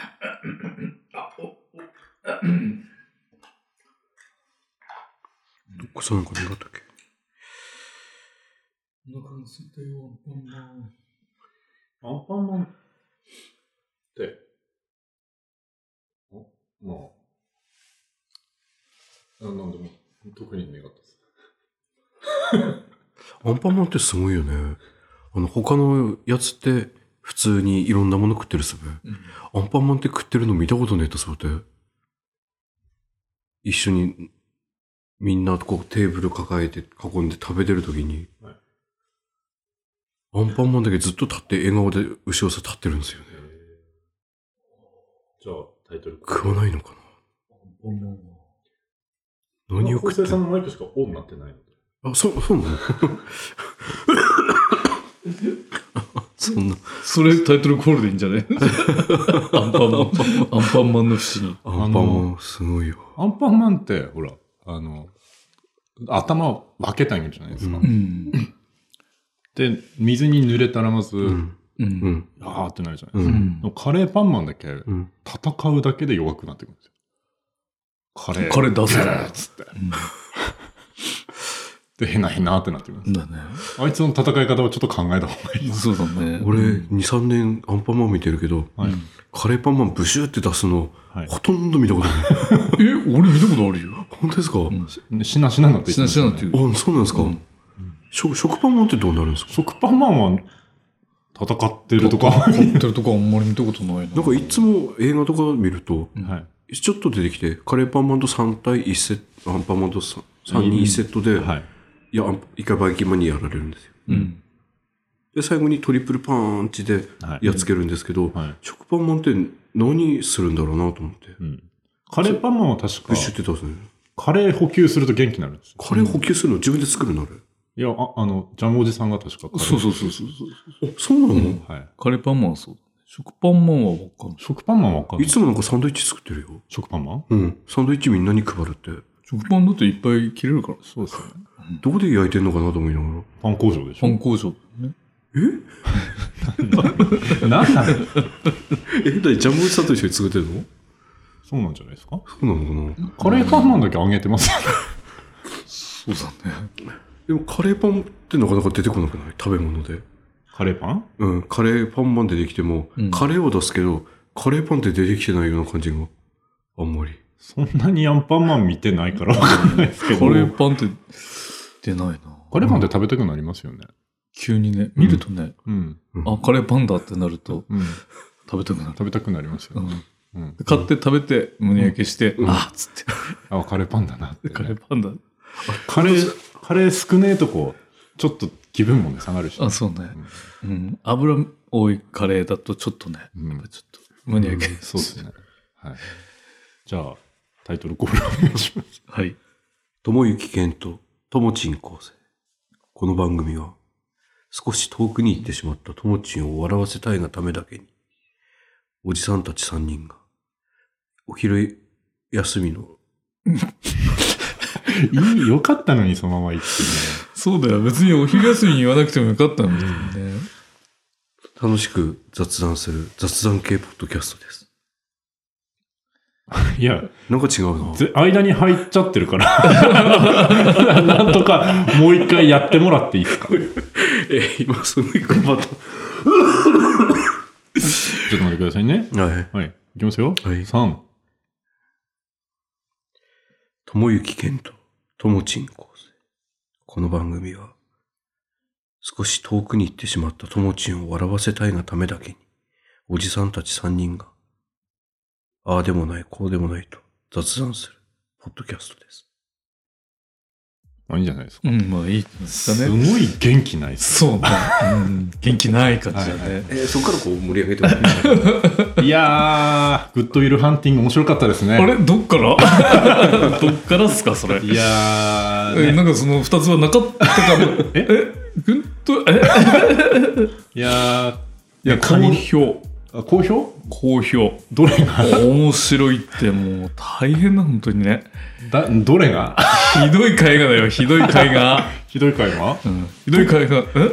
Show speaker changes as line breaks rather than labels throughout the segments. あ、お、お、
どっかさんか何だったっけ
お腹が空いたよ、アンパンマン。
アンパンマンって、おまあ、あなんでも、特に願ったです。
アンパンマンってすごいよね。あの、他のやつって普通にいろんなもの食ってるっすね。
うん
アンパンマンって食ってるの見たことねえと、そうで。一緒にみんなこうテーブル抱えて囲んで食べてるときに、
はい
アンパンマンだけずっと立って笑顔で後ろさ立ってるんですよね。
じゃあ、タイトル。
食わないのか
アンパンマンは。
な何を食
昴
ってる
生さんのマイクしかオンになってないので。
あ、そう、そうなのそんな、
それタイトルコールでいいんじゃないアンパンマン。アンパンマンの不思議。
アンパンマンすごいよ。
アンパンマンって、ほら、あの、頭を分けたいんじゃないですか。
う
うん。
で、水に濡れたらまず、
うん、
う。
うんん、
あーってなるじゃないで
う
すか。
ん、
でもカレーパンマンだけ、
うん。
戦うだけで弱くなってくるんですよ。カレー。
カレー出せ
ブーっつって。で、へなへなってなってくるんです
うんだね。
あいつの戦い方をちょっと考えた方がいい。
そうだね。
俺、
う
2、
ん
3年アンパンマン見てるけど、
はい
カレーパンマンブシューって出すの、
はい
ほとんど見たこと ない。
え、俺見たことあるよ。
本当ですか、
ん
でしなしなになってい
しなしなっていう。
あ、そうなんですか、
うん
食食パンマンってどうなるんですか
食パンマンは戦ってるとか。
買ってるとかあんまり見たことないな。
なんかいつも映画とか見ると、
は
ちょっと出てきて、カレーパンマンと3対1セット、アンパンマンと 3, 人1セットで、
い。はい。
いや、アンパイカバイキンマンにやられるんですよ。
うん。
で、最後にトリプルパンチで
はい。
やっつけるんですけど、
はい。
食パンマンって何するんだろうなと思って。
うん。カレーパンマンは確か
ブ、シュって出すね。
カレー補給すると元気になるんですよ。
カレー補給するの自分で作るのあれ。
いや、ああの、ジャムおじさんが確かカレー。
そうそうそうそう。
あ、そうなの、
うん
はい。
カレーパンマンはそう。食パンマンはわかんない。
食パンマンわかんないい。
つもなんかサンドイッチ作ってるよ。
食パンマン
うん。サンドイッチみんなに配るって。
食パンだといっぱい切れるから。
そうですよね。
どこで焼いてんのかなと思いながら。
パン工場でし
パン
ょ。
工場ね。
え
なんなの
え、だいジャムおじさんと一緒に作ってるの
そうなんじゃないですか
そうなのかな
カレーパンマンだけあげ てます。
そうだね。
でもカレーパンってなかなか出てこなくない食べ物で。
カレーパン
うん。カレーパンマン出てきても、
うん
カレーを出すけど、カレーパンって出てきてないような感じが。あんまり。
そんなにアンパンマン見てないからわかんないです
カ
け
レ
ど。カレー
ーパンって出ないな。
パンって食べたくなりますよね。
急にね、見るとね、
うん。
うん
あ、カレーパンだってなると
うん。
食べたくなる。
食べたくなりますよ
う
ね。
ん
うん。
買って食べて、胸焼けして、
うん
あっつって、
あ、カレーパンだなってね。
カレーパンだ。
カレー、カレー少ねえとこう、ちょっと気分もね、下がるし。
あ、そうね。うん。油多いカレーだとちょっとね、
うん。うん
やっぱちょっと胸焼け。
そうです ね。はい。じゃあ、タイトルコールお願いします。
はい。
ともゆきけんとともちん構成。この番組は、少し遠くに行ってしまったともちんを笑わせたいがためだけに、おじさんたち3人が、お昼休みの、
いい、よかったのにそのまま行って
そうだよ。別にお昼休みに言わなくてもよかったんだけどね。
楽しく雑談する雑談系ポッドキャストです。
ね。いや、
なんか違うな。
ぜ間に入っちゃってるから。 なんとか、もう一回やってもらっていいですかちょっ
え、今すごい頑張っ
と待ってくださいね。
た。はい。
はい。いきますよ。
はい
3。
ともゆきけんとともちん構成。この番組は、少し遠くに行ってしまったともちんを笑わせたいがためだけに、おじさんたち3人が、ああでもない、こうでもないと雑談する、ポッドキャストです。
あ、いいんじゃないですか。
うん、まあいいです
す
ね。
ごい元気ないです。
そうね。うん元気ない感じだ
はい
ね。
えそこからこう盛り上げてもらって。
いやー、グッドウィルハンティング面白かったですね。
あれどっからどっからっ すかそれ。
いやー、
え、
ね
なんかその二つはなかったかも。
え
えぐんと、え
いやー、
いや、好評。
あ好評
好評。
どれが
面白いってもう大変な、本当にね。
だどれが
ひどい絵画だよ、ひどい絵画。
ひどい会話
うん、 ひどい絵画、え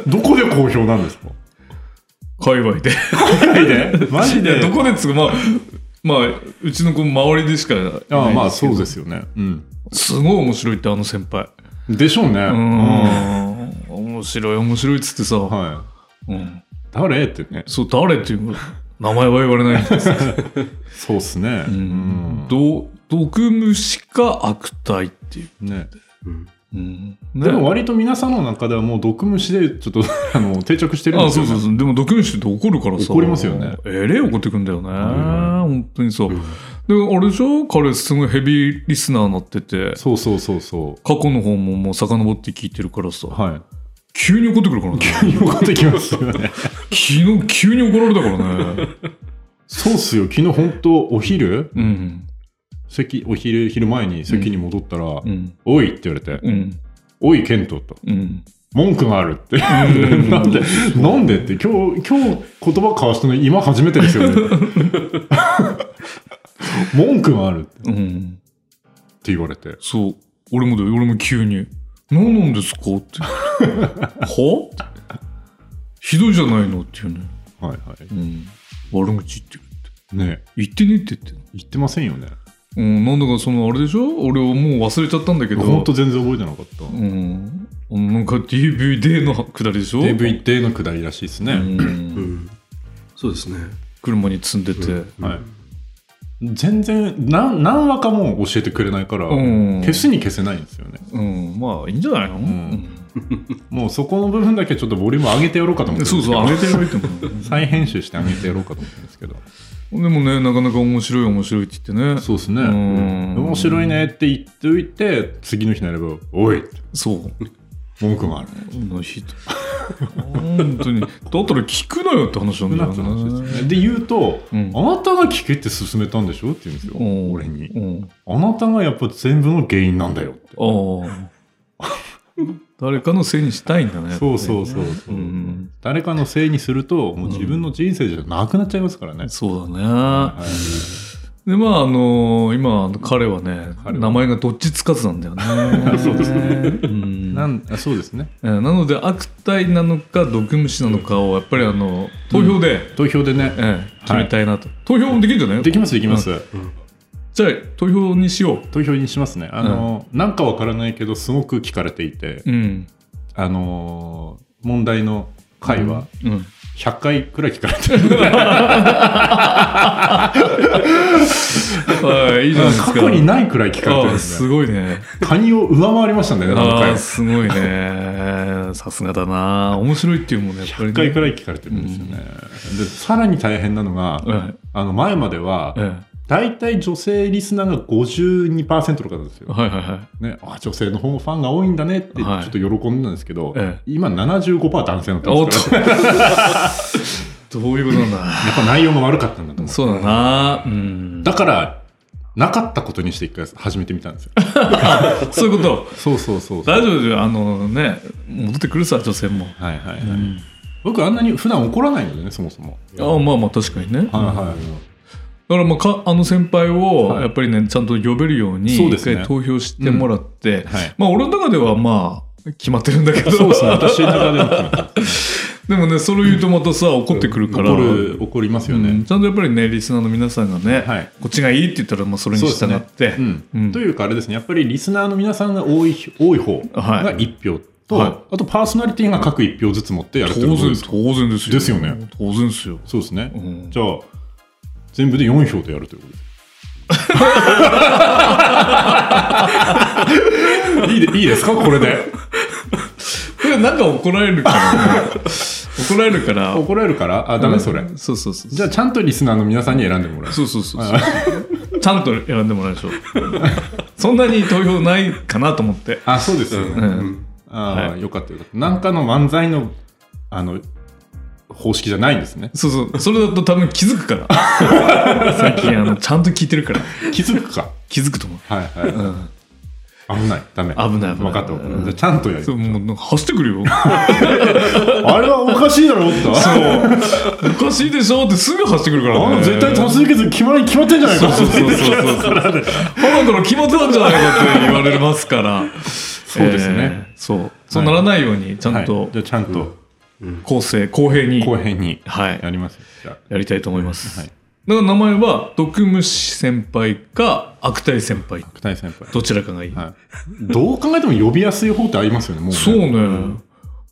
どこで好評なんですか
界隈で。
海外でマジ
いや、
で
どこでつく、まあ、まあ、うちの子周りでしかいないですけど
ああまあそうですよね。うん。
すごい面白いって、あの先輩。
でしょうね。
う
うん
ん。面白い、面白いっつってさ、
はい。
うん。
誰ってね。
そう、誰っていう名前は言われないんですけ
そうっすね。う
ど
ん。
ど、毒虫か悪態っていう。
ね。
うん
うん。
でも割と皆さんの中ではもう毒虫でちょっと あの定着してるん
あ
です
そ
よ
う
ね。
そうそう。でも、毒虫って怒るからさ。
怒りますよね。
えれえ怒ってくんだよね。本当にそう。
う
で
ん、
あれでしょ彼、すごいヘビーリスナーになってて、
そうそうそうそ
過去の方ももう遡って聞いてるからさ
う。、はい。
急に怒ってくるからね。
怒ってきますよね。
昨日、急に怒られたから ね。
そうっすよ。昨日本当お昼
うん。
席、お昼、昼前に席に戻ったら、
うん。
おいって言われて、
うん。
おい、ケントと。
うん。
文句があるって。なんで、なんでって、今日、今日言葉交わしたの今初めてですよ ね。文句があるって
うん。
言われて。
そう。俺もだよ。俺も急に。何なんですか って。はひどいじゃないのっていうね。
はいは
うん。悪口言ってくるって。
い。ね
言ってねって言ってんの。
言ってませんよね。
うん、なんだかそのあれでしょ俺はもう忘れちゃったんだけど。
ほんと全然覚えてなかった。
うん。あのなんか DVD のくだりでしょ
DVD の下りらしいです
う。
ね。
うんんそうですね。
車に積んでて。
はい。全然、なん何話かも教えてくれないから、
うん
消すに消せないんですよね。
うん。まあ、いいんじゃないのうん
もうそこの部分だけちょっとボリューム上げてやろうかと思ってるん
そ
で
う
すけど
そう、あげてやばいと思う。
再編集して上げてやろうかと思ってるんですけど。
でもね、なかなか面白い面白いって言ってね。
そうですね。
うん
面白いねって言っておいて、次の日になれば、おいって
そう。
文句がある。
うんひどい本当に。だったら聞くなよって話なんだよ
少なくなっちゃうんで
ね。
すよねで、言うと、
うん
あなたが聞けって勧めたんでしょって言うんですよ
う。ん
俺に。
うん。
あなたがやっぱ全部の原因なんだよって。
ああ。誰かのせいにしたいんだね。
そうそうそうそう、
うん
誰かのせいにすると、もう自分の人生じゃなくなっちゃいますからね。
そうだね。
はい
で、まあ、あのー今、あの彼はね、
彼は
名前がどっちつかずなんだよね。そうですね。うん、
な
なん
あそうですね。
えーなので、悪態なのか、毒虫なのかを、やっぱりあの、投票で、
投票でね、
ええ決めたいなと。投票もできるんじゃない
できますできます、
じゃあ、投票にしよ
投票にしますね。あの、なんかわからないけど、すごく聞かれていて、
う。うん。
あのー問題の回は、
うん。
100回くらい聞かれて る。
はい、いいじゃないですか。
過去にないくらい聞かれてるん
ああ
です
す
ね。
ごいね。
カニを上回りましたね、何
あ
回
あ
も。
すごいね。さすがだな。面白いっていうもんね、やっぱり、ね。
100回くらい聞かれてるんですよね。で、さらに大変なのが、
はい。
あの、前までは、
え
大体女性リスナーが52%とかなんです
え
よ。
はいはいはい。
ね、あ女性の方のファンが多いんだねって、ちょ
はい
っと喜んだんですけど、
え
今75%男性になって
お
ま
っ
す
と
から、やっ。
どういうことなんだ。
ぱ内容が悪かったんだと思う。
そうだな。うん。
だから、なかったことにして一回始めてみたん ですよ。
そういうこと。
そうそうそうそう。
大丈夫だよ。あのね、戻ってくるさ、女性も。
はいはいはい。僕あんなに普段怒らないのでね、そもそも。
ああまあまあ確かにね。だか
はいはい。
らまあかあの先輩を
はい
やっぱりねちゃんと呼べるように
そう
一
ですね
回投票してもらって、
はい
まあ俺の中ではまあ決まってるんだけど
そうですね、私の中でも決 めてます
でもねそれを言うとまたさ怒ってくるから
怒る、怒りますよ
う
ね
ん。ちゃんとやっぱりねリスナーの皆さんがね、
はい
こっちがいいって言ったらまあそれに従って、
うん
うん
というかあれですね、やっぱりリスナーの皆さんが多い多い方
は
が
い
1票と、
はい
あとパーソナリティが各1票ずつ持ってやるって
当
こと
然
です。
当然ですよ
ですよね
当然ですよ、
そうですね。
うん
じゃあ、全部で4票でやるということ です。いいでいいですかこれで。
これなんか怒られるから、怒られるから
怒られるからあ、ダメそれ。
そうそうそう
じゃあ、ちゃんとリスナーの皆さんに選んでもらう。
そうそうそうそうちゃんと選んでもらいましょうそんなに投票ないかなと思って
あ、そうですよね。
うん
ああ、
は
よかったよかった。なんかの漫才の、あの、方式じゃないんですね。
そうそうそれだと多分気づく から最近あのちゃんと聞いてるから
気づくか。
気づくと思う
はいはい。
ん
危ない、ダメ。
危ない危ない
分かった分かった
うん
じゃあちゃんとやる
そ。うもうなんか走ってくるよ
あれはおかしいだろ、おっと。
おかしいでしょってすぐ走ってくるから
あ
ね
の絶対多数決決まり決まってんじゃない
そ
か
うそうそうそうそう。だから決まってたんじゃないかって言われますから。そう
ですね。
そう。そうならないように、ちゃん
はい
と
じゃあちゃんと
公正、公平に、
公平に
は
や
い、
りますよじゃあ
やりたいと思います。
はい
だから名前は毒虫先輩か悪態先輩
悪態先輩。
どちらかがいい、
はい。どう考えても呼びやすい方ってありますよね、もう、ね。
そうね、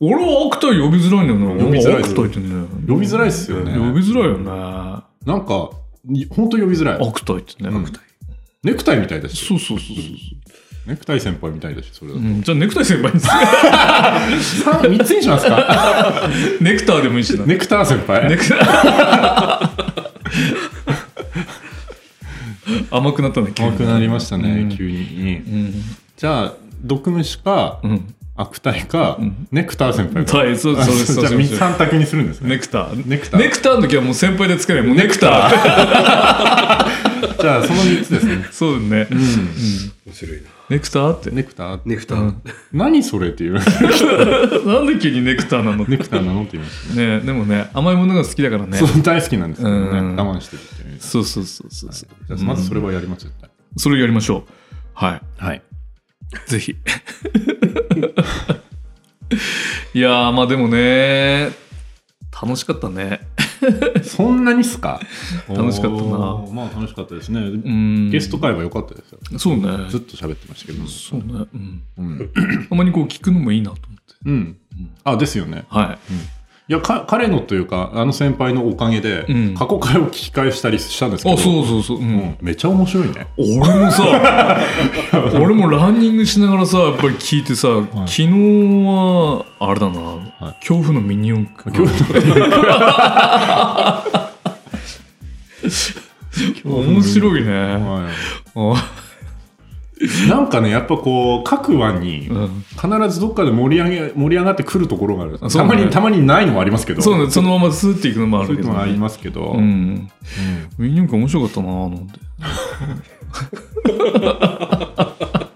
俺は悪態呼びづらいんだよな
呼びづらい
悪態ってね
呼びづらいっすよね。
呼びづらいよね
なんか、い本当呼びづらい。
悪態ってね、
うんネクタイみたいだし。
そうそうそうそう、
ネクタイ先輩みたいだし、それだ
うんじゃあネクタイ先輩にする
と。3つにしますか
ネクターでもいいしな、
ネクター先輩
ネクタイ 甘くなったね急に
甘くなりましたね、
うん
急に。
うん
じゃあ、毒虫か、
うん
悪態か、
ん
ネクター先輩か。
はいそう
あ
そう
そう
そう
じゃあ、
そう
み
そう
三択にするんですね。
ネクター
ネクター
ネクターの時はもう先輩でつけないもうネクター
じゃあ、その3つです ね。
そうだね、
面白いな。
ネクターって
ネクターって
ネクター。
何それっ ていう。
なんで急にネクターなの
ネクターなのっていう。
ねでもね甘いものが好きだからね
そう大好きなんですけどね。
うん
我慢してるっていう。
そうそうそうそうそう、
じゃあまずそれはやります、絶対。
それやりましょうは
は
い
い。
ぜ ひいやーまあでもね楽しかったね
そんなにっすか
楽しかったな
おーまあ楽しかったですね。
うん
ゲスト会は良かったですよ。
そうね
ずっと喋ってましたけど。
そうねうん
うん。
たまにこう聞くのもいいなと思って
うん。あ、ですよね。
はい
や、か彼のというか、あの先輩のおかげで、
うん
過去回を聞き返したりしたんですけど。
あそうそうそう、うん
うんめちゃ面白いね。
俺もさ 俺もランニングしながらさやっぱり聞いてさ、昨日はあれだな、
は
恐怖のミニ四駆
恐怖
面白いね、
は
あ
いなんかね、やっぱこう、各話に、
うん
必ずどっかで盛り上げ、盛り上がってくるところがある。
あそ
た
うね
まに、たまにないのもありますけど。
そうねそのままスーっていくのもあ
そう
る
い
けど
うのもあり
ね
ますけど。
うん
うん
ミニ四駆面白かったなぁなんて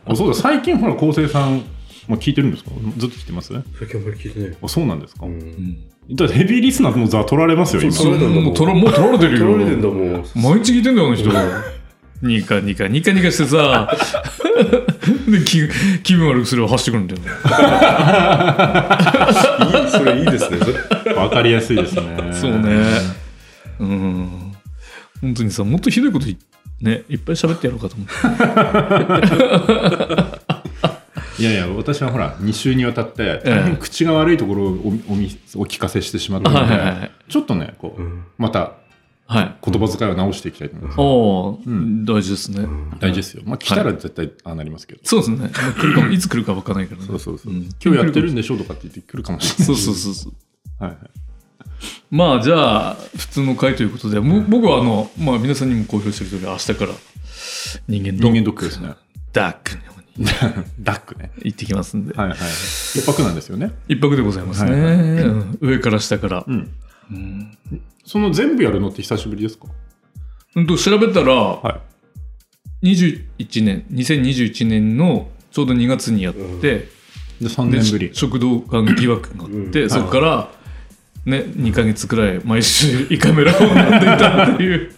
あそうだ最近ほら昴生さんも聞いてるんですかずっと聞いてます
最近あんまり聞いてない。
あそうなんですか、
うん。
だってヘビーリスナーもざ取られますよ今
そう取られたんだもん
もう取らもう取られてる
取
よ
られてんだもん。
毎日聞いてんだよあの人 ニカニカニカニカしてさ で気気分悪くする走ってくるんだよね
いいそれいいですね。それ
わかりやすいですね
そうね。うん。本当にさ、もっとひどいことい、ね、いっぱい喋ってやろうかと思って。
いやいや私はほら2週にわたって
え
大変口が悪いところをおお見お聞かせしてしまったの
はいはいは
で
い
ちょっとねこう、
ん
また
はい。
言葉遣いを直していきたいと思います、
おお、
ん
大事ですね。
大事ですよまあ来たら絶対ああなりますけど、
そうですね。まあ来るかもいつ来るか分からないからね。
そうそうそう、
うん
今日やってるんでしょとかって言ってくるかもしれない
そうそうそうそう。
はいはい
まあ、じゃあ、普通の回ということで、も僕はあの、まあ、皆さんにも公表してる通り、明日から人間ドック、
人間ドックですね
ダックの方に
ダックね
行ってきますんで、
はいはい一泊なんですよね
一泊でございますね。
はいは
うん上から下から。
うん、
うん
その全部やるのって久しぶりですか
うんと調べたら、
はい
21年2021年のちょうど2月にやって、
で3
で
年ぶり
食道がん疑惑があって、
う
そこから、ね、2か月くらい毎週胃カメラを飲んでいたっていう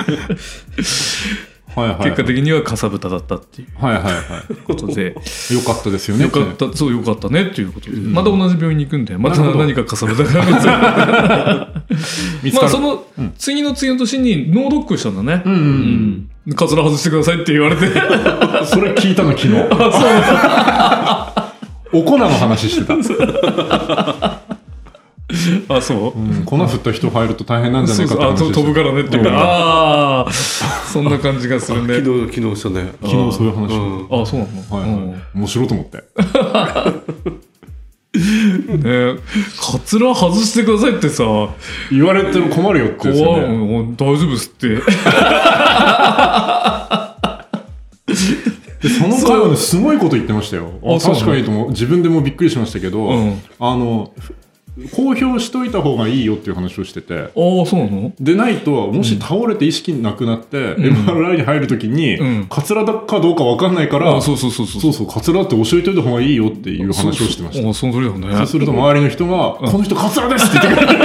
はいはい、
結果的にはかさぶただったっていう
はいはいは
ことで、
い。よかったですよね。
よかったそうよかったねっていうことで、また同じ病院に行くんでまた
なるほど
何かかさぶたが見つかる
見つ
ま
かる
あその次の次の年に脳ドックしたんだね、
うんうん
うんカツラ外してくださいって言われて
うん。それ聞いたの昨日。
あそう
お粉の話してた。
あそう、
うん粉振った人入ると大変なんじゃな
そう
いか
そ
って
うあと
話してた
飛ぶからねっていうか、ああそんな感じがするね
昨日昨日したね。
昨日そういう話
うん
あそうなの、
はいはい。面白いと思って。
うんねカツラ外してくださいってさ
言われても困るよってですよ
怖い、
ね。
もう大丈夫っすって
で、その回はね、すごいこと言ってましたよ。あ
あそうなの
確かにとも、自分でもびっくりしましたけど
うん、
あの、公表しといた方がいいよっていう話をしてて。
ああそうなの
でないと、もし倒れて意識なくなって、MRI に入るとき
うん
に、カツラだかどうかわかんないから、
あそうそうそうそう
そうそう、カツラって教えておいた方がいいよっていう話をしてました。
あその通りだよね
そうすると周りの人が、この人カツラですって言ってくれ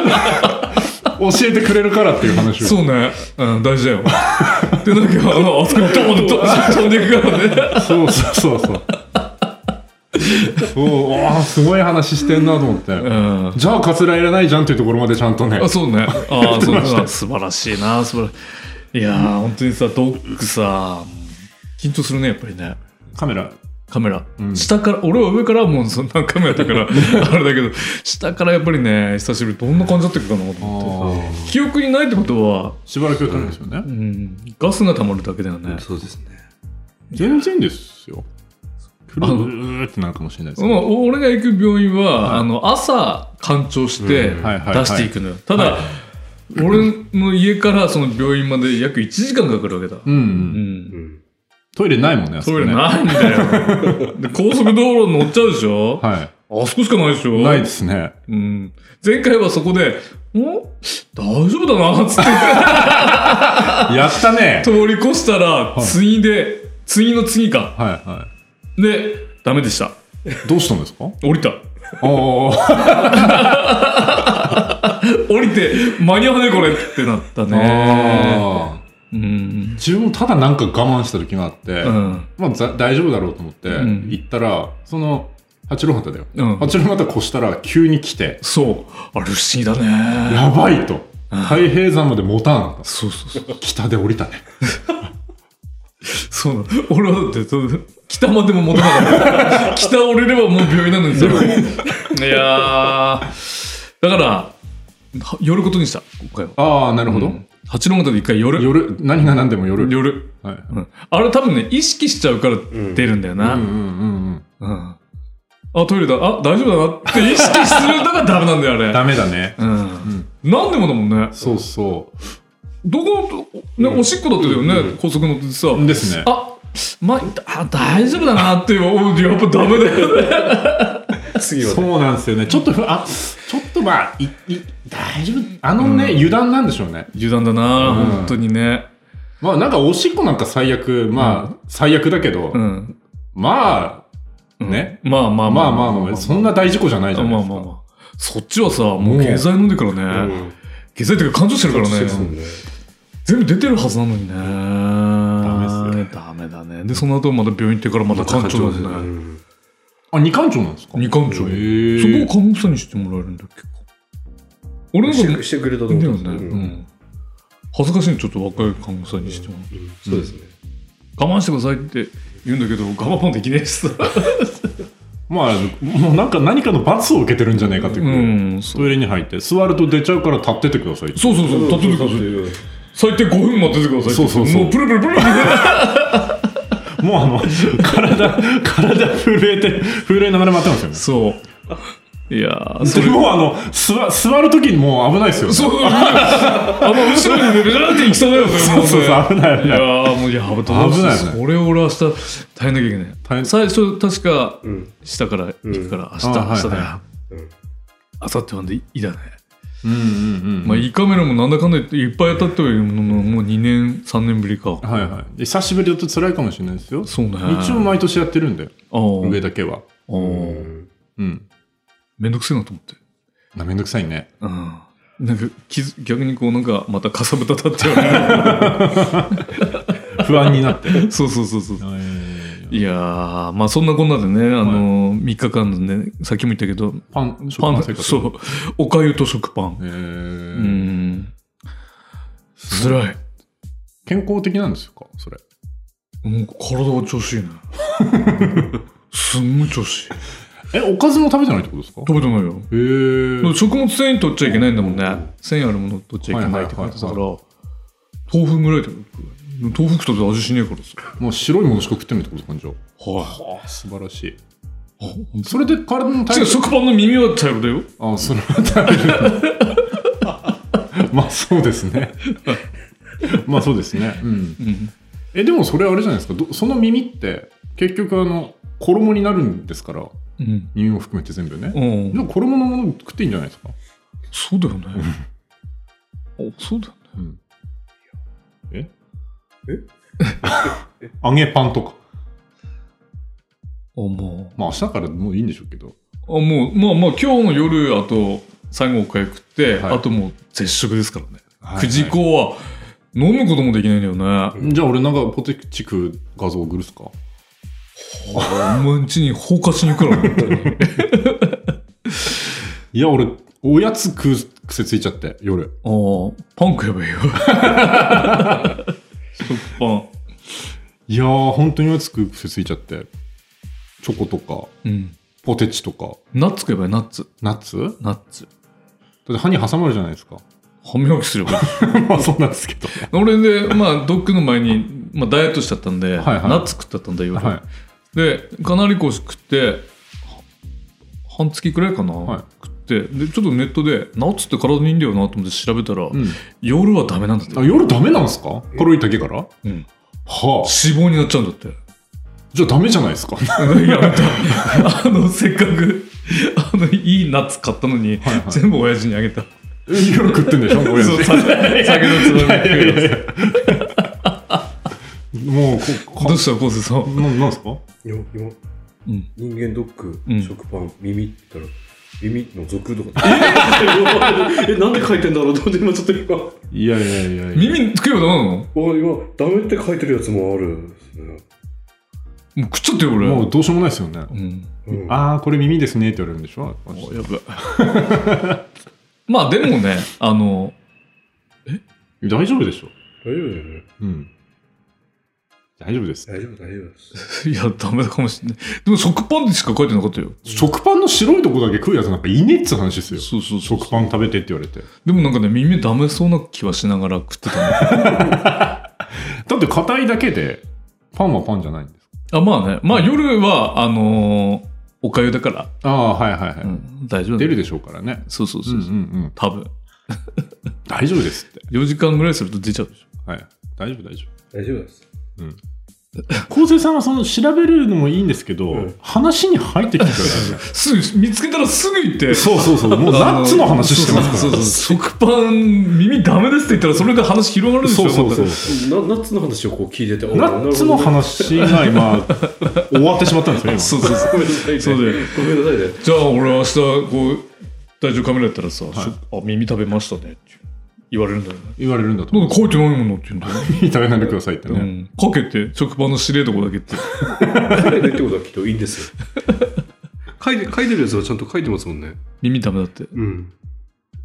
る。教えてくれるからっていう話を。
そうね、うん、大事だよでなんかあ のあそこにドーンと飛んでいくからね
そうそうそうそう。おうあーすごい話してんなと思って
うん
じゃあカツラいらないじゃんっていうところまでちゃんとね
あそうね ああそうだ素晴らしいな素晴らしいいやー本当にさドッグさ緊張するねやっぱりね
カメラ
カメラ、
うん
下から俺は上からもうそんなカメラだから あれだけど下からやっぱりね久しぶりどんな感じだったっけかなと思っ
あ
て記憶にないってことは、
しばらくやったんですよね、
うん、ガスが溜まるだけだよね、
そうですね。
全然ですよくる
あの
ーってなるかもしれないですけ
まあ、
ど
お俺が行く病院は、
はい
あの朝干潮して
うん
はいはいはい
出していくのよ、ただ、
は
俺の家からその病院まで約1時間かかるわけだ、
うん、う、
うんん
うん。
トイレないもんねあそ
ト
こ
イ
ね
レないんだよ。で、高速道路乗っちゃうでしょ、
は
あそこしかないでしょ
いないですね
うん。前回はそこで、ん大丈夫だなっつって
やったね
通り越したら、
い
次で、次の次か。
はいは
で、ダメでした。
いどうしたんですか
降りた。
おー
降りて、間に合わねえこれってなったね。
あー
うん。
自分もただなんか我慢した時があって、
うん。
まあ、ざ大丈夫だろうと思って
ん
行ったら、その八郎畑だよ、
うん
八郎畑越したら急に来て
そう。あれ不思議だね。
やばいと太平山まで持たん
そうそうそう。
北で降りたね
そうなの。俺はだって、その北までも戻らなかった。北降りればもう病院なのにさ。いやー。だから、は寄ることにした、今回は。
ああなるほど、
うん八の方で一回寄る。
夜何が何でも夜
寄る。
はい、
うんあれ多分ね、意識しちゃうから出るんだよな。
うんうんうんうん
うんあ、トイレだ。あ、大丈夫だなって意識するのがダメなんだよ、あれ。
ダメだね
うん。なんでもだもんね。
そうそ
どこ、ね、おしっこだってだよね、高速乗っててさ。
うですね
あまあ、大丈夫だなって思うやっぱダメだよね。
次は
そ
ね、
うなんですよねちょっとふあちょっとまあいい大丈夫あのね、油断なんでしょうね
油断だな、
うん
本当にね。
まあなんかおしっこなんか最悪まあ、最悪だけど、
うん。
まあね、
まあまあ
まあまあまあそんな大事故じゃないじゃない
まあ
ですか、
まあまあ。そっちはさ、もう下剤飲んでるからね。下剤っていうか感情してるから
そう
ね。
ね。
全部出てるはずなのにね。
ダメっすね
ダメだね。で、その後また病院行ってからまた肝腸だ
う
よね。
ん
あ、二冠長なんですか
二冠腸。
へ
そこ
ー
を看護師さんにしてもらえるんだっけか。俺なんか
してしてくれたと思
だ
う
よ
ん
ね。
ですけど
う
うん
ん。恥ずかしいのちょっと若い看護師さんにしてもらう。
うんそうですね。
我慢してくださいって言うんだけど我慢もできないしさ
まあ、もうなんか何かの罰を受けてるんじゃないかっていうう、
ん そ
トイレに入って、座ると出ちゃうから立っててくださいって。
そうそうそう立っててください最低5分待っててくださいって
そうそうそう
もうプルプルプルプ ル
もう あの、体、体震えて、震えながら待ってます
そういやーそ
よね。で
れ
もうあの、座、座るときにもう危ないですよ、ね。
そうあの後ろにベラーって行きそうだよねも
そう
ね
そうそう危ない危
い
な
や
い。
ーもういや危ない
危ない
それを俺明日大変なきゃいけない
大変
最初確か
ん
下から行くから明日
あ
明
はい
日だよ
は
うん
明後日までいいだね
うんうんうん。
まあ胃カメラもなんだかんだ言っていっぱい当たってはいるもののもう2年3年ぶりか
はいはい。で久しぶりだと辛いかもしれないですよ。
そうね
一応毎年やってるんで、
あー
上だけは。
あ
う
ー
ん
うん。
めんどくせえなと思って。
なめんどくさいね。
うん。なんか、気づ逆にこう、なんか、またかさぶた立ってよね。
不安になって。
そうそうそうそう。
はい
いやー、まあそんなこんなでね、あのー、3日間のね、さっきも言ったけど、
パン、食
パ
パン
ン、
生活。
そう、おかゆと食パン。
へ
う
ー
ん。つらい。
健康的なんですかそれ。
もう体は調子いいね。すんごい調子いい。
え、おかずも食べてないってことですか
食べてないよ。
へえ。
食物繊維取っちゃいけないんだもんね。繊維あるもの取っちゃいけないって書いてたから、豆腐ぐらいだよ。僕豆腐食ったって味しねえからさ。
もう白いものしか食ってないってことですかじゃ
は
あ。あ素晴らしい。
い。
それで体の
違
体
う、食パンの耳は茶色だよ。
あそれは食べる。 まあそうです ね。まあそうですね。うん。
うん。
え、でもそれあれじゃないですか。どその耳って結局あの、衣になるんですから、
うん。
耳も含めて全部ね。
うん
で。も衣のもの食っていいんじゃないですか。
そうだよね。あ、そうだよね。
うん。ええ揚げパンとか。
あ、も
まあ明日からもういいんでしょうけど。
う。あ、もう、まあまあ、今日の夜、あと、最後おかゆ食って、
はい
あともう絶食ですからね。
はい
くじ以降は、飲むこともできないんだよね。
じゃあ俺なんかポテチ食う画像送るっすか
お前んちに放火しに行くの本当に
いや、俺、おやつ食う癖ついちゃって、夜。
おーパン食えばいいよ食パン
いやー、本当におやつ食う癖ついちゃって。チョコとか、
うん
ポテチとか、
ナッツ食えばいいナッツ
ナッツだ
ナッツ
って歯に挟まるじゃないですか。
歯磨きすればいい
まあ、そうなんですけど。
俺でまあドッグの前に、まあ、ダイエットしちゃったんで、
はいはい
ナッツ食っちゃったんだよ、
は
でかなりこう食っては半月くらいかな、
はい
食ってでちょっとネットでナッツって体にいいんだよなと思って調べたら、
い。うん。
夜はダメなんだって、
あ夜ダメなんですか黒い竹からは
うん
あ。
脂肪になっちゃうんだって
じゃあダメじゃないですか。
やめた。あの、せっかく、あの、いいナッツ買ったのに、
はいはい
全部親父にあげた。
夜食ってん でしょおやつ
そう酒酒のつまみ食うや
もうこ
つ。どうしたコースさん。
ななんですか
よよ
うん
人間ドック、
うん
食パン、耳って言ったら、耳のぞくとか。ええなんで書いてんだろうと思って今ちょっと今、わ
いやいやいやいや。
耳食えばどうなのも
今、ダメって書いてるやつもあるんですね。
う食っちゃってよ、俺。
もうどうしようもないですよね
う。ん。
うん、
ああ、これ耳ですねって言われるんでしょ
おやばい。 まあ、でもね、あの、
大丈夫でしょ
大丈夫だよね。
うん。大丈夫です。
大丈夫、大丈夫です。
いや、ダメかもしれない。でも、食パンでしか書いてなかったよ。
食パンの白いとこだけ食うやつなんかいねえっつう話ですよ。
そうそうそう。
食パン食べてって言われて。
でもなんかね、耳ダメそうな気はしながら食ってたの。
だって硬いだけで、パンはパンじゃないんです
あ、まあね。まあ、夜は、あのーおかゆだから、
かああー、はいはいはい。
うん、大丈夫だ
出
よ
るでしょうからね。
そうそう
う
そ
ん
う
う
そ
ん
う、
うん。
多分
大丈夫ですって。
4時間ぐらいすると出ちゃうでしょ
はい。大丈夫大丈夫。
大丈夫です。
昴生さんはその調べるのもいいんですけど、
うん
話に入ってきてくださ
すぐ見つけたらすぐ行って
い そうそうそうもうナッツの話してますから
そうそうそう食パン耳ダメですって言ったらそれで話広がるでしょ
そうそ
ま
うそ
なナッツの話をこう聞いてて、
うナッツの話が 今終わってしまったんですよ
た
今
そうそうそう
ごめんなさいね。
そうで
ごめんなさいね。
じゃあ俺明日こう体重カメラやったらさ、しょあ耳食べましたねって言われるんだよね
言われるんだと
なん
思
で書
う
いてないものって言うんだよ、
食べないでくださいって
う
ね、
ん、かけて食パンの指令とこだけって
書いてるってことはきっといいんです よ。書いて書いてるやつはちゃんと書いてますもんね。
耳ダメだって
うん。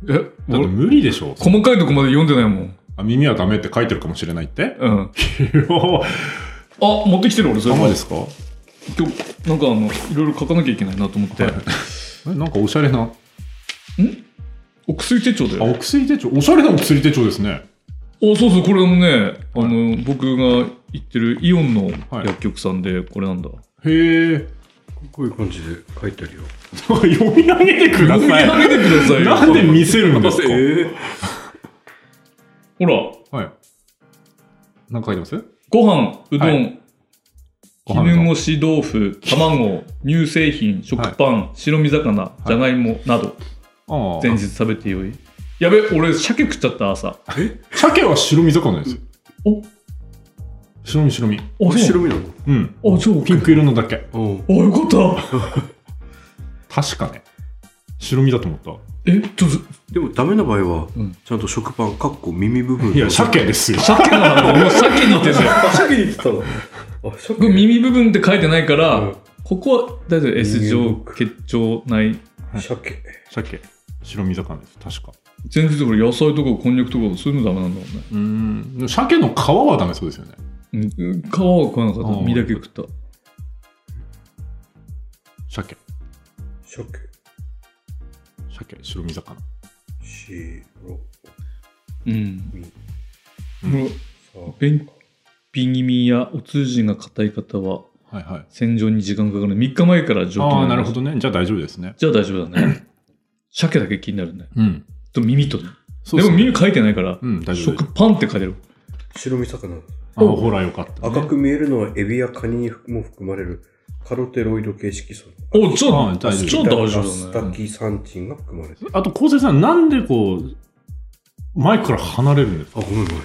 え
だって
俺
無理でしょ
細かいとこまで読んでないもん
あ耳はダメって書いてるかもしれないって
うん
いやー
あ持ってきてる俺それ
あ
も
マジですか
今日なんかあのいろいろ書かなきゃいけないなと思って、
はいえなんかおしゃれなあ
お薬手帳だよ
お薬手帳おしゃれなお薬手帳ですね
おそうそうこれもねあの、僕が行ってるイオンの薬局さんでこれなんだ、
へえ
こういう感じで書いてあるよ。
読み上げてくだ
読
さ
み
い
上げてくださいよ
なんで見せるんですか
え
ほら
はい何か書いてます
ご飯うどん、
はご飯と
絹ごし豆腐卵乳製品食パン、白身魚じゃがいもなど
ああ
前日食べてよいやべ俺鮭食っちゃった朝
鮭は白身魚ですよ。
お
白身白身。
あそう
白身なの
うん。
あそう
ピンク色のだけ。
うん。
あよかった
確かね。白身だと思っ
えちょっ
でもダメな場合は
うん、
ちゃんと食パン、かっこ耳部分。
た。いや、鮭ですよ
と。鮭の話もう 鮭に似てる
あ、鮭に言ってたの。あ、
これ耳部分って書いてないから、
うん
ここは大丈夫 S 状血腸内
鮭。
鮭。白身魚です。確か。
前日これ野菜とかこんにゃくとかそういうのダメなんだもんね
うーん。でも鮭の皮はダメそうですよね。
うん皮は食わなかった
あー
身だけ食った
鮭。
鮭。
鮭、白身魚。
白
うん
うん
これ
さ
便秘気味やお通じが硬い方は
はいはい。
洗浄に時間かかる3日前から状況
ああ、なるほどね。じゃあ大丈夫ですね。
じゃあ大丈夫だ ね鮭だけ気になるね
うん。
と耳とね
そ
で
うす
も
ね
耳書いてないから、
うん、大丈夫で
食
す。
パンって書いてる
白身魚。
あーほら、よかったね。
赤く見えるのはエビやカニにも含まれるカロテロイド系色素。
おじゃあ
あー大丈夫
じゃあ大丈
アス
夫だ
タ
ね
キサンチンが含まれてる。
あと、昴生さん、なんでこう、マイクから離れるんですか
あ、ごめんご めん。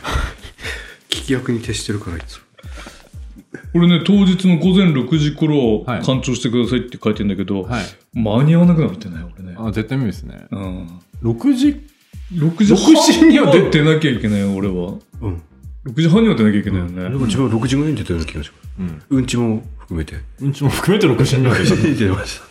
聞き役に徹してるからいつも。
俺ね当日の午前6時頃
はい
干潮してくださいって書いてんだけど、
はい。
間に合わなくなってない俺ね、
あー絶対無理ですね。
うん、
6時
6時
6時には
半出てなきゃいけない俺は
うん。
6時半には出なきゃいけないよね。
でも自分は6時ぐらいに出たような気がします。
うん。
うんちも含めて。
うんちも含めて6時には出た。
出ま した。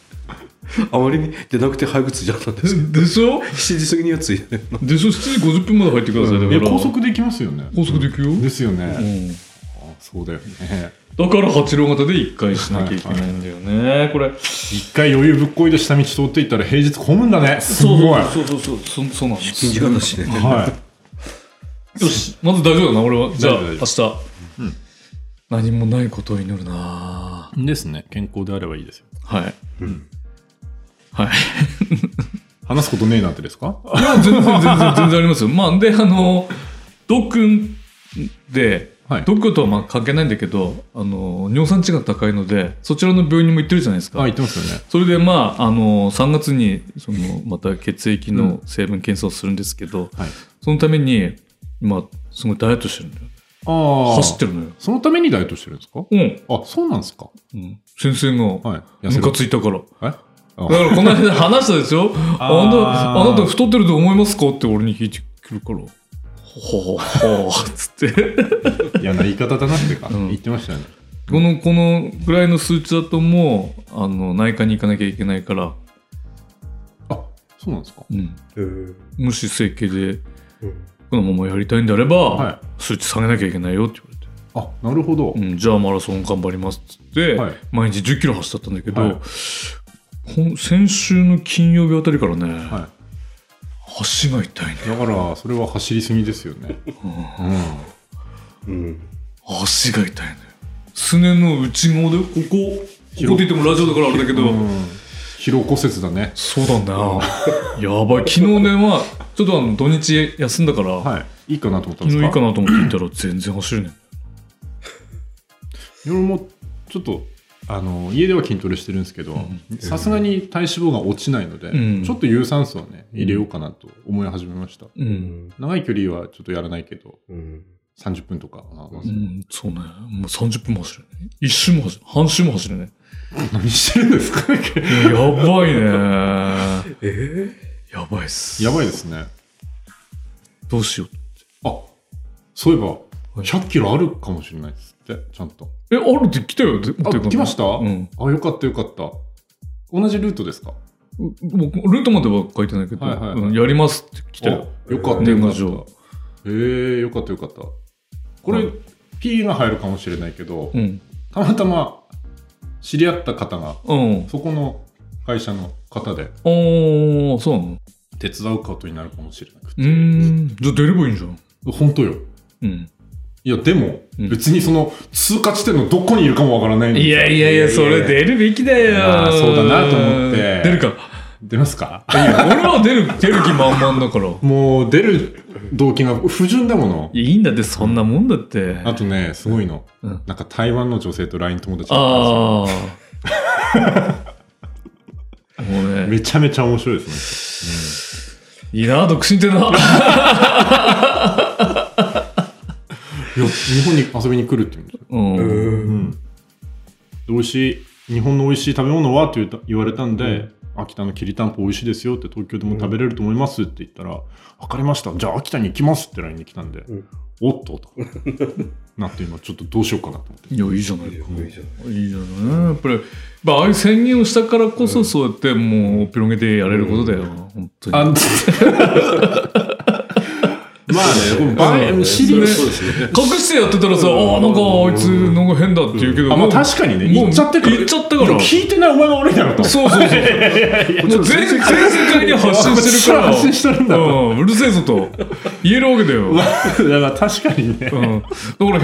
あまりに出なくて早く着いちゃったん ですけど。
ででしょ
7時過ぎには着いてない。
でしょ ?7 時50分まで入ってください。だか
え、
ら
高速で行きますよね。
高速で行くよ。
ですよ
う
ね。
ん
あそうだよね。
だから八郎型で一回しなきゃいけないんだよね。これ。
一回余裕ぶっこいで下道通っていったら平日混むんだね。すごい。は
そうそうそう。そそうなんです。
時間だしね。
よし、まず大丈夫だな、俺は。じゃあ、
大
明
丈。
日。何もないことを祈るない
ですね。健康であればいいですよ。
はい。はい。
話すことねえなんてですか
いや、全然、全然、全然ありますよ。まあ、で、あの、ドックンで、
はい。
ドックとはまあ関係ないんだけど、あの、尿酸値が高いので、そちらの病院にも行ってるじゃないですか。
あ、言ってますよね。
それでまあ、あの、3月に、その、また血液の成分検査をするんですけど、
はい。
そのために、今、すごいダイエットしてるんだよ。
ああ。
走ってるのよ。
そのためにダイエットしてるんですか
うん。
あ、そうなんですか
うん、先生が、
はい。
ムカついたから。
えあ
だからこの間話したでしょあ
あー
なあなた太ってると思いますかって俺に聞いてくるから。ほほほほつって。
嫌な言い方だなってか、
うん
言ってましたよね。
この、このぐらいの数値だともう、あの、内科に行かなきゃいけないから、
あ、そうなんですか
うん。
うん
もし整形で、このままやりたいんであれば、
はい。
数値下げなきゃいけないよって言われて。
あ、なるほど。
うん、じゃあマラソン頑張りますっつって、
はい
毎日10キロ走ったんだけど、
はい
ほん先週の金曜日あたりからね、
は
足が痛いね、
い。だから、それは走りすぎですよね。
う
う
うん。
ん足が痛いねすねの内側でここここって言ってもラジオだからあれだけど、
ん。うん疲労骨折だね。
そうだなやばい昨日ねはちょっとあの土日休んだから、
はい。いいかなと思ったん
昨
です
日
か
いいかなと思って行ったら全然走るね
夜も、ちょっと、あの、家では筋トレしてるんですけど、さすがに体脂肪が落ちないので、
うん
ちょっと有酸素はね、入れようかなと思い始めました。
う、
うんん。
長い距離はちょっとやらないけど、
うん。
30分とか。あ
うんそうねもう30分も走るね一周も走る半周も走るね
何してるんですか
やばいね
えー
やばいっす。
やばいですね。
どうしよ
あ、そういえば、
い
100キロあるかもしれないですって、ちゃんと。
う。え、あるって来たよ。で
あ、来ました、
うん。
あ、よかったよかった。同じルートですか
う僕、ルートまでは書いてないけど、
はいはいはい
うんやりますって来たよ。
あよかった
年
よか
賀
った。
状。
へえー、よかったよかった。これ、
うん
P が入るかもしれないけど、
うん。
たまたま知り合った方が、
うん。
そこの会社の方で
あー、そうなの
手伝うことになるかもしれなく
う
て。
ーん。じゃあ出ればいいんじゃん。
本当よ。
うん。
いや、でも、
うん
別にその通過地点のどこにいるかもわからないんで
いやいやいや、それ出るべきだよ。
あーそうだなと思って
出るか。
出ますか
いや、俺は出る、出る気満々だから。い
もう出る動機が不純だもの。
やいいんだって、そんなもんだって。
あとね、すごいの。
うん
なんか台湾の女性と LINE 友達だったんですよ
あー。もうね。
めちゃめちゃ面白いですね。
いいな、独身ってな。
いや、日本に遊びに来るって言うんですよ。
うん。
うん。で美味しい、日本の美味しい食べ物はって言うた言われたんで、秋田のきりたんぽ美味しいですよって東京でも食べれると思いますって言ったら、わ、かりました。じゃあ秋田に行きますって LINE に来たんで、
ん
おっととなって今ちょっとどうしようかなと思って。
いや、いいじゃない
い
か。
いじゃない
いいじゃない。やっぱり、まあ、ああいう宣言をしたからこそ、そうやってもう、広げてやれることだよ。本当に。
あまあね、これ場
うん
合、知り
それ
ね
はそうですよね。
隠してやってたらさ、ああ、なんか、あいつ、なんか変だって言うけど。
あ、ま
も
あ
う
確かにね、
もう
行っちゃってから。
行っちゃったから。そう
聞いてないお前が悪いだろと。
そうそう。もう全全世界に発信してるから。
発信してるんだ
うん、うるせえぞと。言えるわけだよ。
だから確かに
う
ね。
ん。だか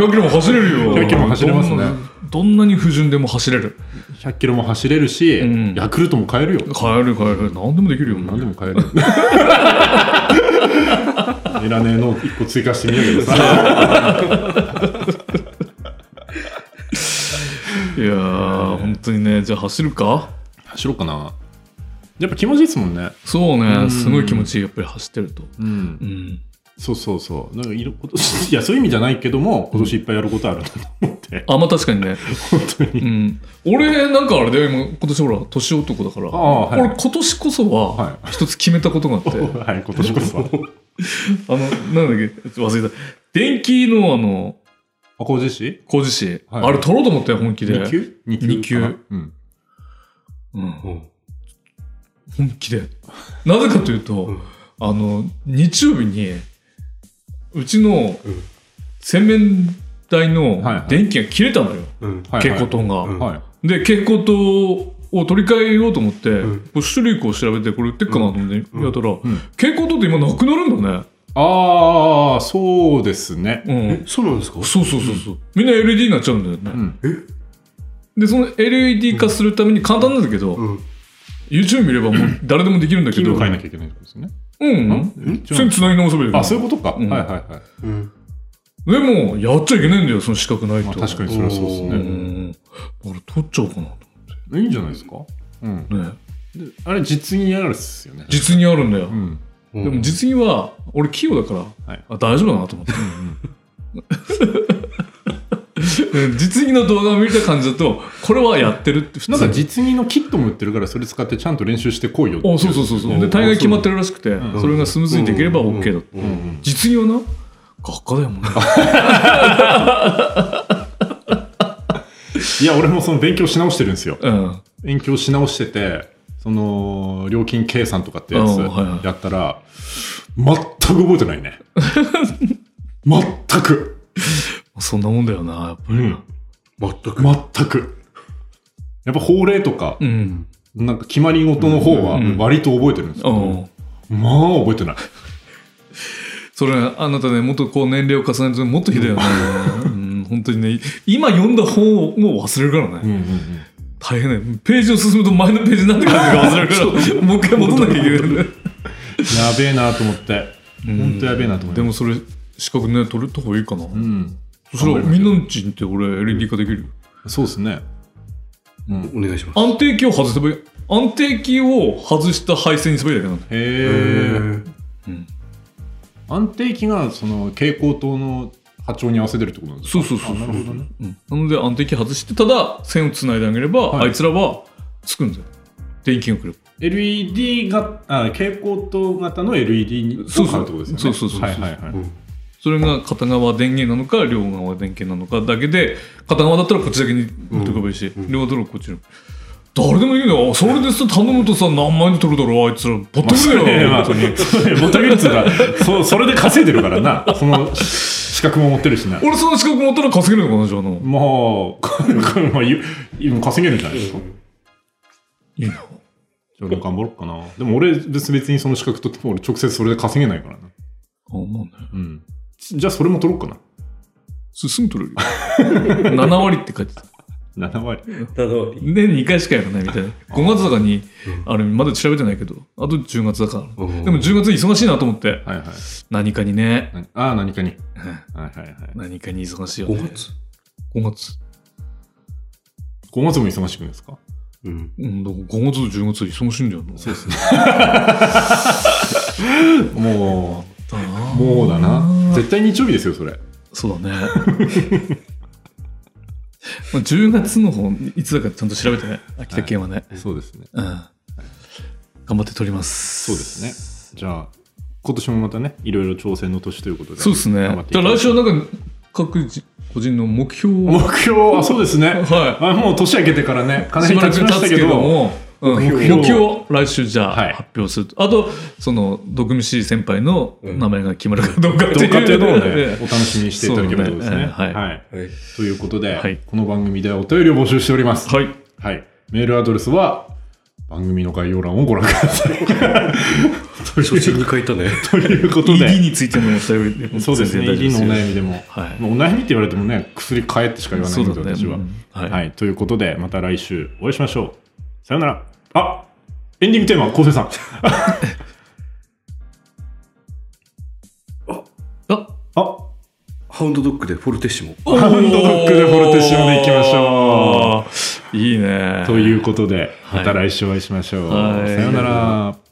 ら100キロも走れるよ。
100キロも走れますね
どんな。どんなに不純でも走れる。
100キロも走れるし、
うん
ヤクルトも買えるよ。
帰る帰る。何でもできるよ。
何でも買え る。いらねえの1個追加してみようけどさ。
いやー、本当にね、じゃあ走るか
走ろうかな。やっぱ気持ちいいですもんね。
そう
う
ね、
ん
すごい気持ちいい、やっぱり走ってると。
うん
う。ん。
そうそうそう。なんかいろ今年い や、そういう意味じゃないけども、今年いっぱいやることあるなと思って。
あ、まあ確かにね。
本当に。
うん。俺、なんかあれだよ、今、今年ほら、年男だから。
ああはい
俺、今年こそ
は
は、 一つ決めたことがあって、
はい、今年こそは。
あの、なんだっけ、忘れた。電気のあの、
赤字市
工事士、
はい
あれ取ろうと思ったよ、本気で。
?2 級 ?2 級
二級
かなうん。
うん
うん
本気で。なぜかというと、
うん
あの、日曜日に、うちの
うん
洗面台
はいは
の
い
電気が切れたのよ、
うん
はい
蛍光灯が。
うん
はい。
で、蛍光灯を取り替えようと思って、
ん
こう出力を調べて、これ売ってっかなと思って、
うん
やったら、
ん
蛍光灯って今なくなるんだね。
ああ、そうですね。
うん。
えそうなんですか
そうそうそうそう、みんな LED になっちゃうんだよね、
うん。
でその LED 化するために簡単なんだけど、
うん。
YouTube 見ればもう誰でもできるんだけ
器
ど
具変えなきゃいけないってことですね。
うん
うん
それにつなぎ直せばいい
あ、そうい
こ
うことか。は
う
い
ん
はいはい。
うん。
とでもやっちゃいけないんだよその資格ないと、
まあ確かにそれはそうです
う
ね。
ん俺取っちゃおうかなと
いいんじゃないですかうん。
思ってね
であれ、実技にあるっすよね。
実技あるんだよ、
うん。
で
でも実技は俺器用だから、
はい
あ大丈夫だなと思ってうん 実技の動画を見た感じだとこれはやってるって普通
なんか実技のキットも売ってるから、それ使ってちゃんと練習してこいよってい
おそうそうそうそうで大概決まってるらしくて、
ん
それがスムーズにできれば OK だ、
う。
うんん
実技はな学科だよもんね
いや、俺もその勉強し直してるんですよ。
うん
勉強し直してて、その、料金計算とかってやつ
うんはいはい
やったら、全く覚えてない ね。全く。
そんなもんだよなやっぱり
うん。
全く。
全く。やっぱ法令とか
う、ん
なんか決まり事の方は
うん
割と覚えてるんです
う
よ。
ん、
まあ覚えてない。
それあなたねもっとこう年齢を重ねるともっとひどい よね、うん、本当にね今読んだ本を忘れるからね、大変だよページを進むと前のページなんて書いてるか忘れ るからもう一回戻んなきゃいけないんだよ
やべえなと思って。ほんとやべえなと思って。
でもそれ資格ね取れた方がいいかな、
うん。
そしたらみんなのちんって俺 LED 化できるよ
そうですね。うん。
お願いします。
安定器を外せばいい安定器を外した配線にすればいいだけなんだよ
へ
へ
え。
ー
安定期がその蛍光灯の波長に合わせてるってことなんですか
そうそうそう
あ
そう
なるほどね。
うんなので安定器外してただ線をつないであげれば、
はい
あいつらはつくんだよ電気が来る
LED が、あ、蛍光灯型の LED に
そう
買
そう
うってことですよね。
そうそうそうそう
はいはいはい。
それが片側電源なのか両側電源なのかだけで片側だったらこっちだけに持ってけばいいし、両側だったらこっちに誰でもいいんだよそれでさ頼むとさ何万円で取るだろうあいつらぼったく
そ
れよ、
れまあ、それボタンゲッツがそそれで稼いでるからなその資格も持ってるしな
俺その資格持ったら稼げるのかなじゃあな
もう、これもゆ今稼げるんじゃないですか。
いいな
じゃあ俺頑張ろうかな。でも俺別別にその資格取っても俺直接それで稼げないからな。
あまあね
うん。じゃあそれも取ろうか
すすぐ取 れるよ7割って書いてた
な。7割。
ただ、うん
で2回しかやらないみたいな5月だかにあれまだ調べてないけどあと10月だからでも10月忙しいなと思って
はいはい。
何かにね
なああ、何かに。
うん
はいはいはい。
何かに忙しいよね
5月
5月
5月も忙しくないですか
うん。
うんだから5月と10月忙しいんだよなそうですね
も
だな
う、もうだな。絶対日曜日ですよ、それ。
そうだね まあ10月の方いつだかちゃんと調べてね秋田県はね、
そうですね。
うん頑張って取ります
そうですね。じゃあ、今年もまたね、いろいろ挑戦の年ということで。
そうですね
頑張ってい
だ
きま
か
しょ
ら
う
来週はなんか各自個人の目標を
目標は、そうで すね。
はい
あもう年明けてからね、かなり経ちました
しばらく経
け
つ
ど、
も、うん、目
目
標
標
を来週じゃ
は
あ
い
発表すると、あとその毒虫先輩の
うん
名前が決まるかどうかって
ど
いう
かっていうのを
え
ね、お
え
楽しみにしていただければということですね。
そうだねええ
はい。
はい。
ということで、
はい
この番組ではお便りを募集しております。
はい
はい。メールアドレスは、番組の概要欄をご覧ください。 と
初心
いう
に書いたね。
ということ
ED
で、
についてもお便り
そうですね、
全然大丈
ED の
夫
お
ですよ
悩みでも、
はい
まあお悩みって言われてもね、薬買えってしか言わないの
そう
で、
だね
私は、
うんは
はいい。ということで、また来週お会いしましょう。さよなら。あエンディングテーマ、昴生さん。
あ
あ
ハウンドドッグでフォルテッシモ。
ハ
ハウンドドッグでフォルテシオで行きましょ
ういいね
ということで、
はい
また来週お会いしましょう。
はい
さよなら。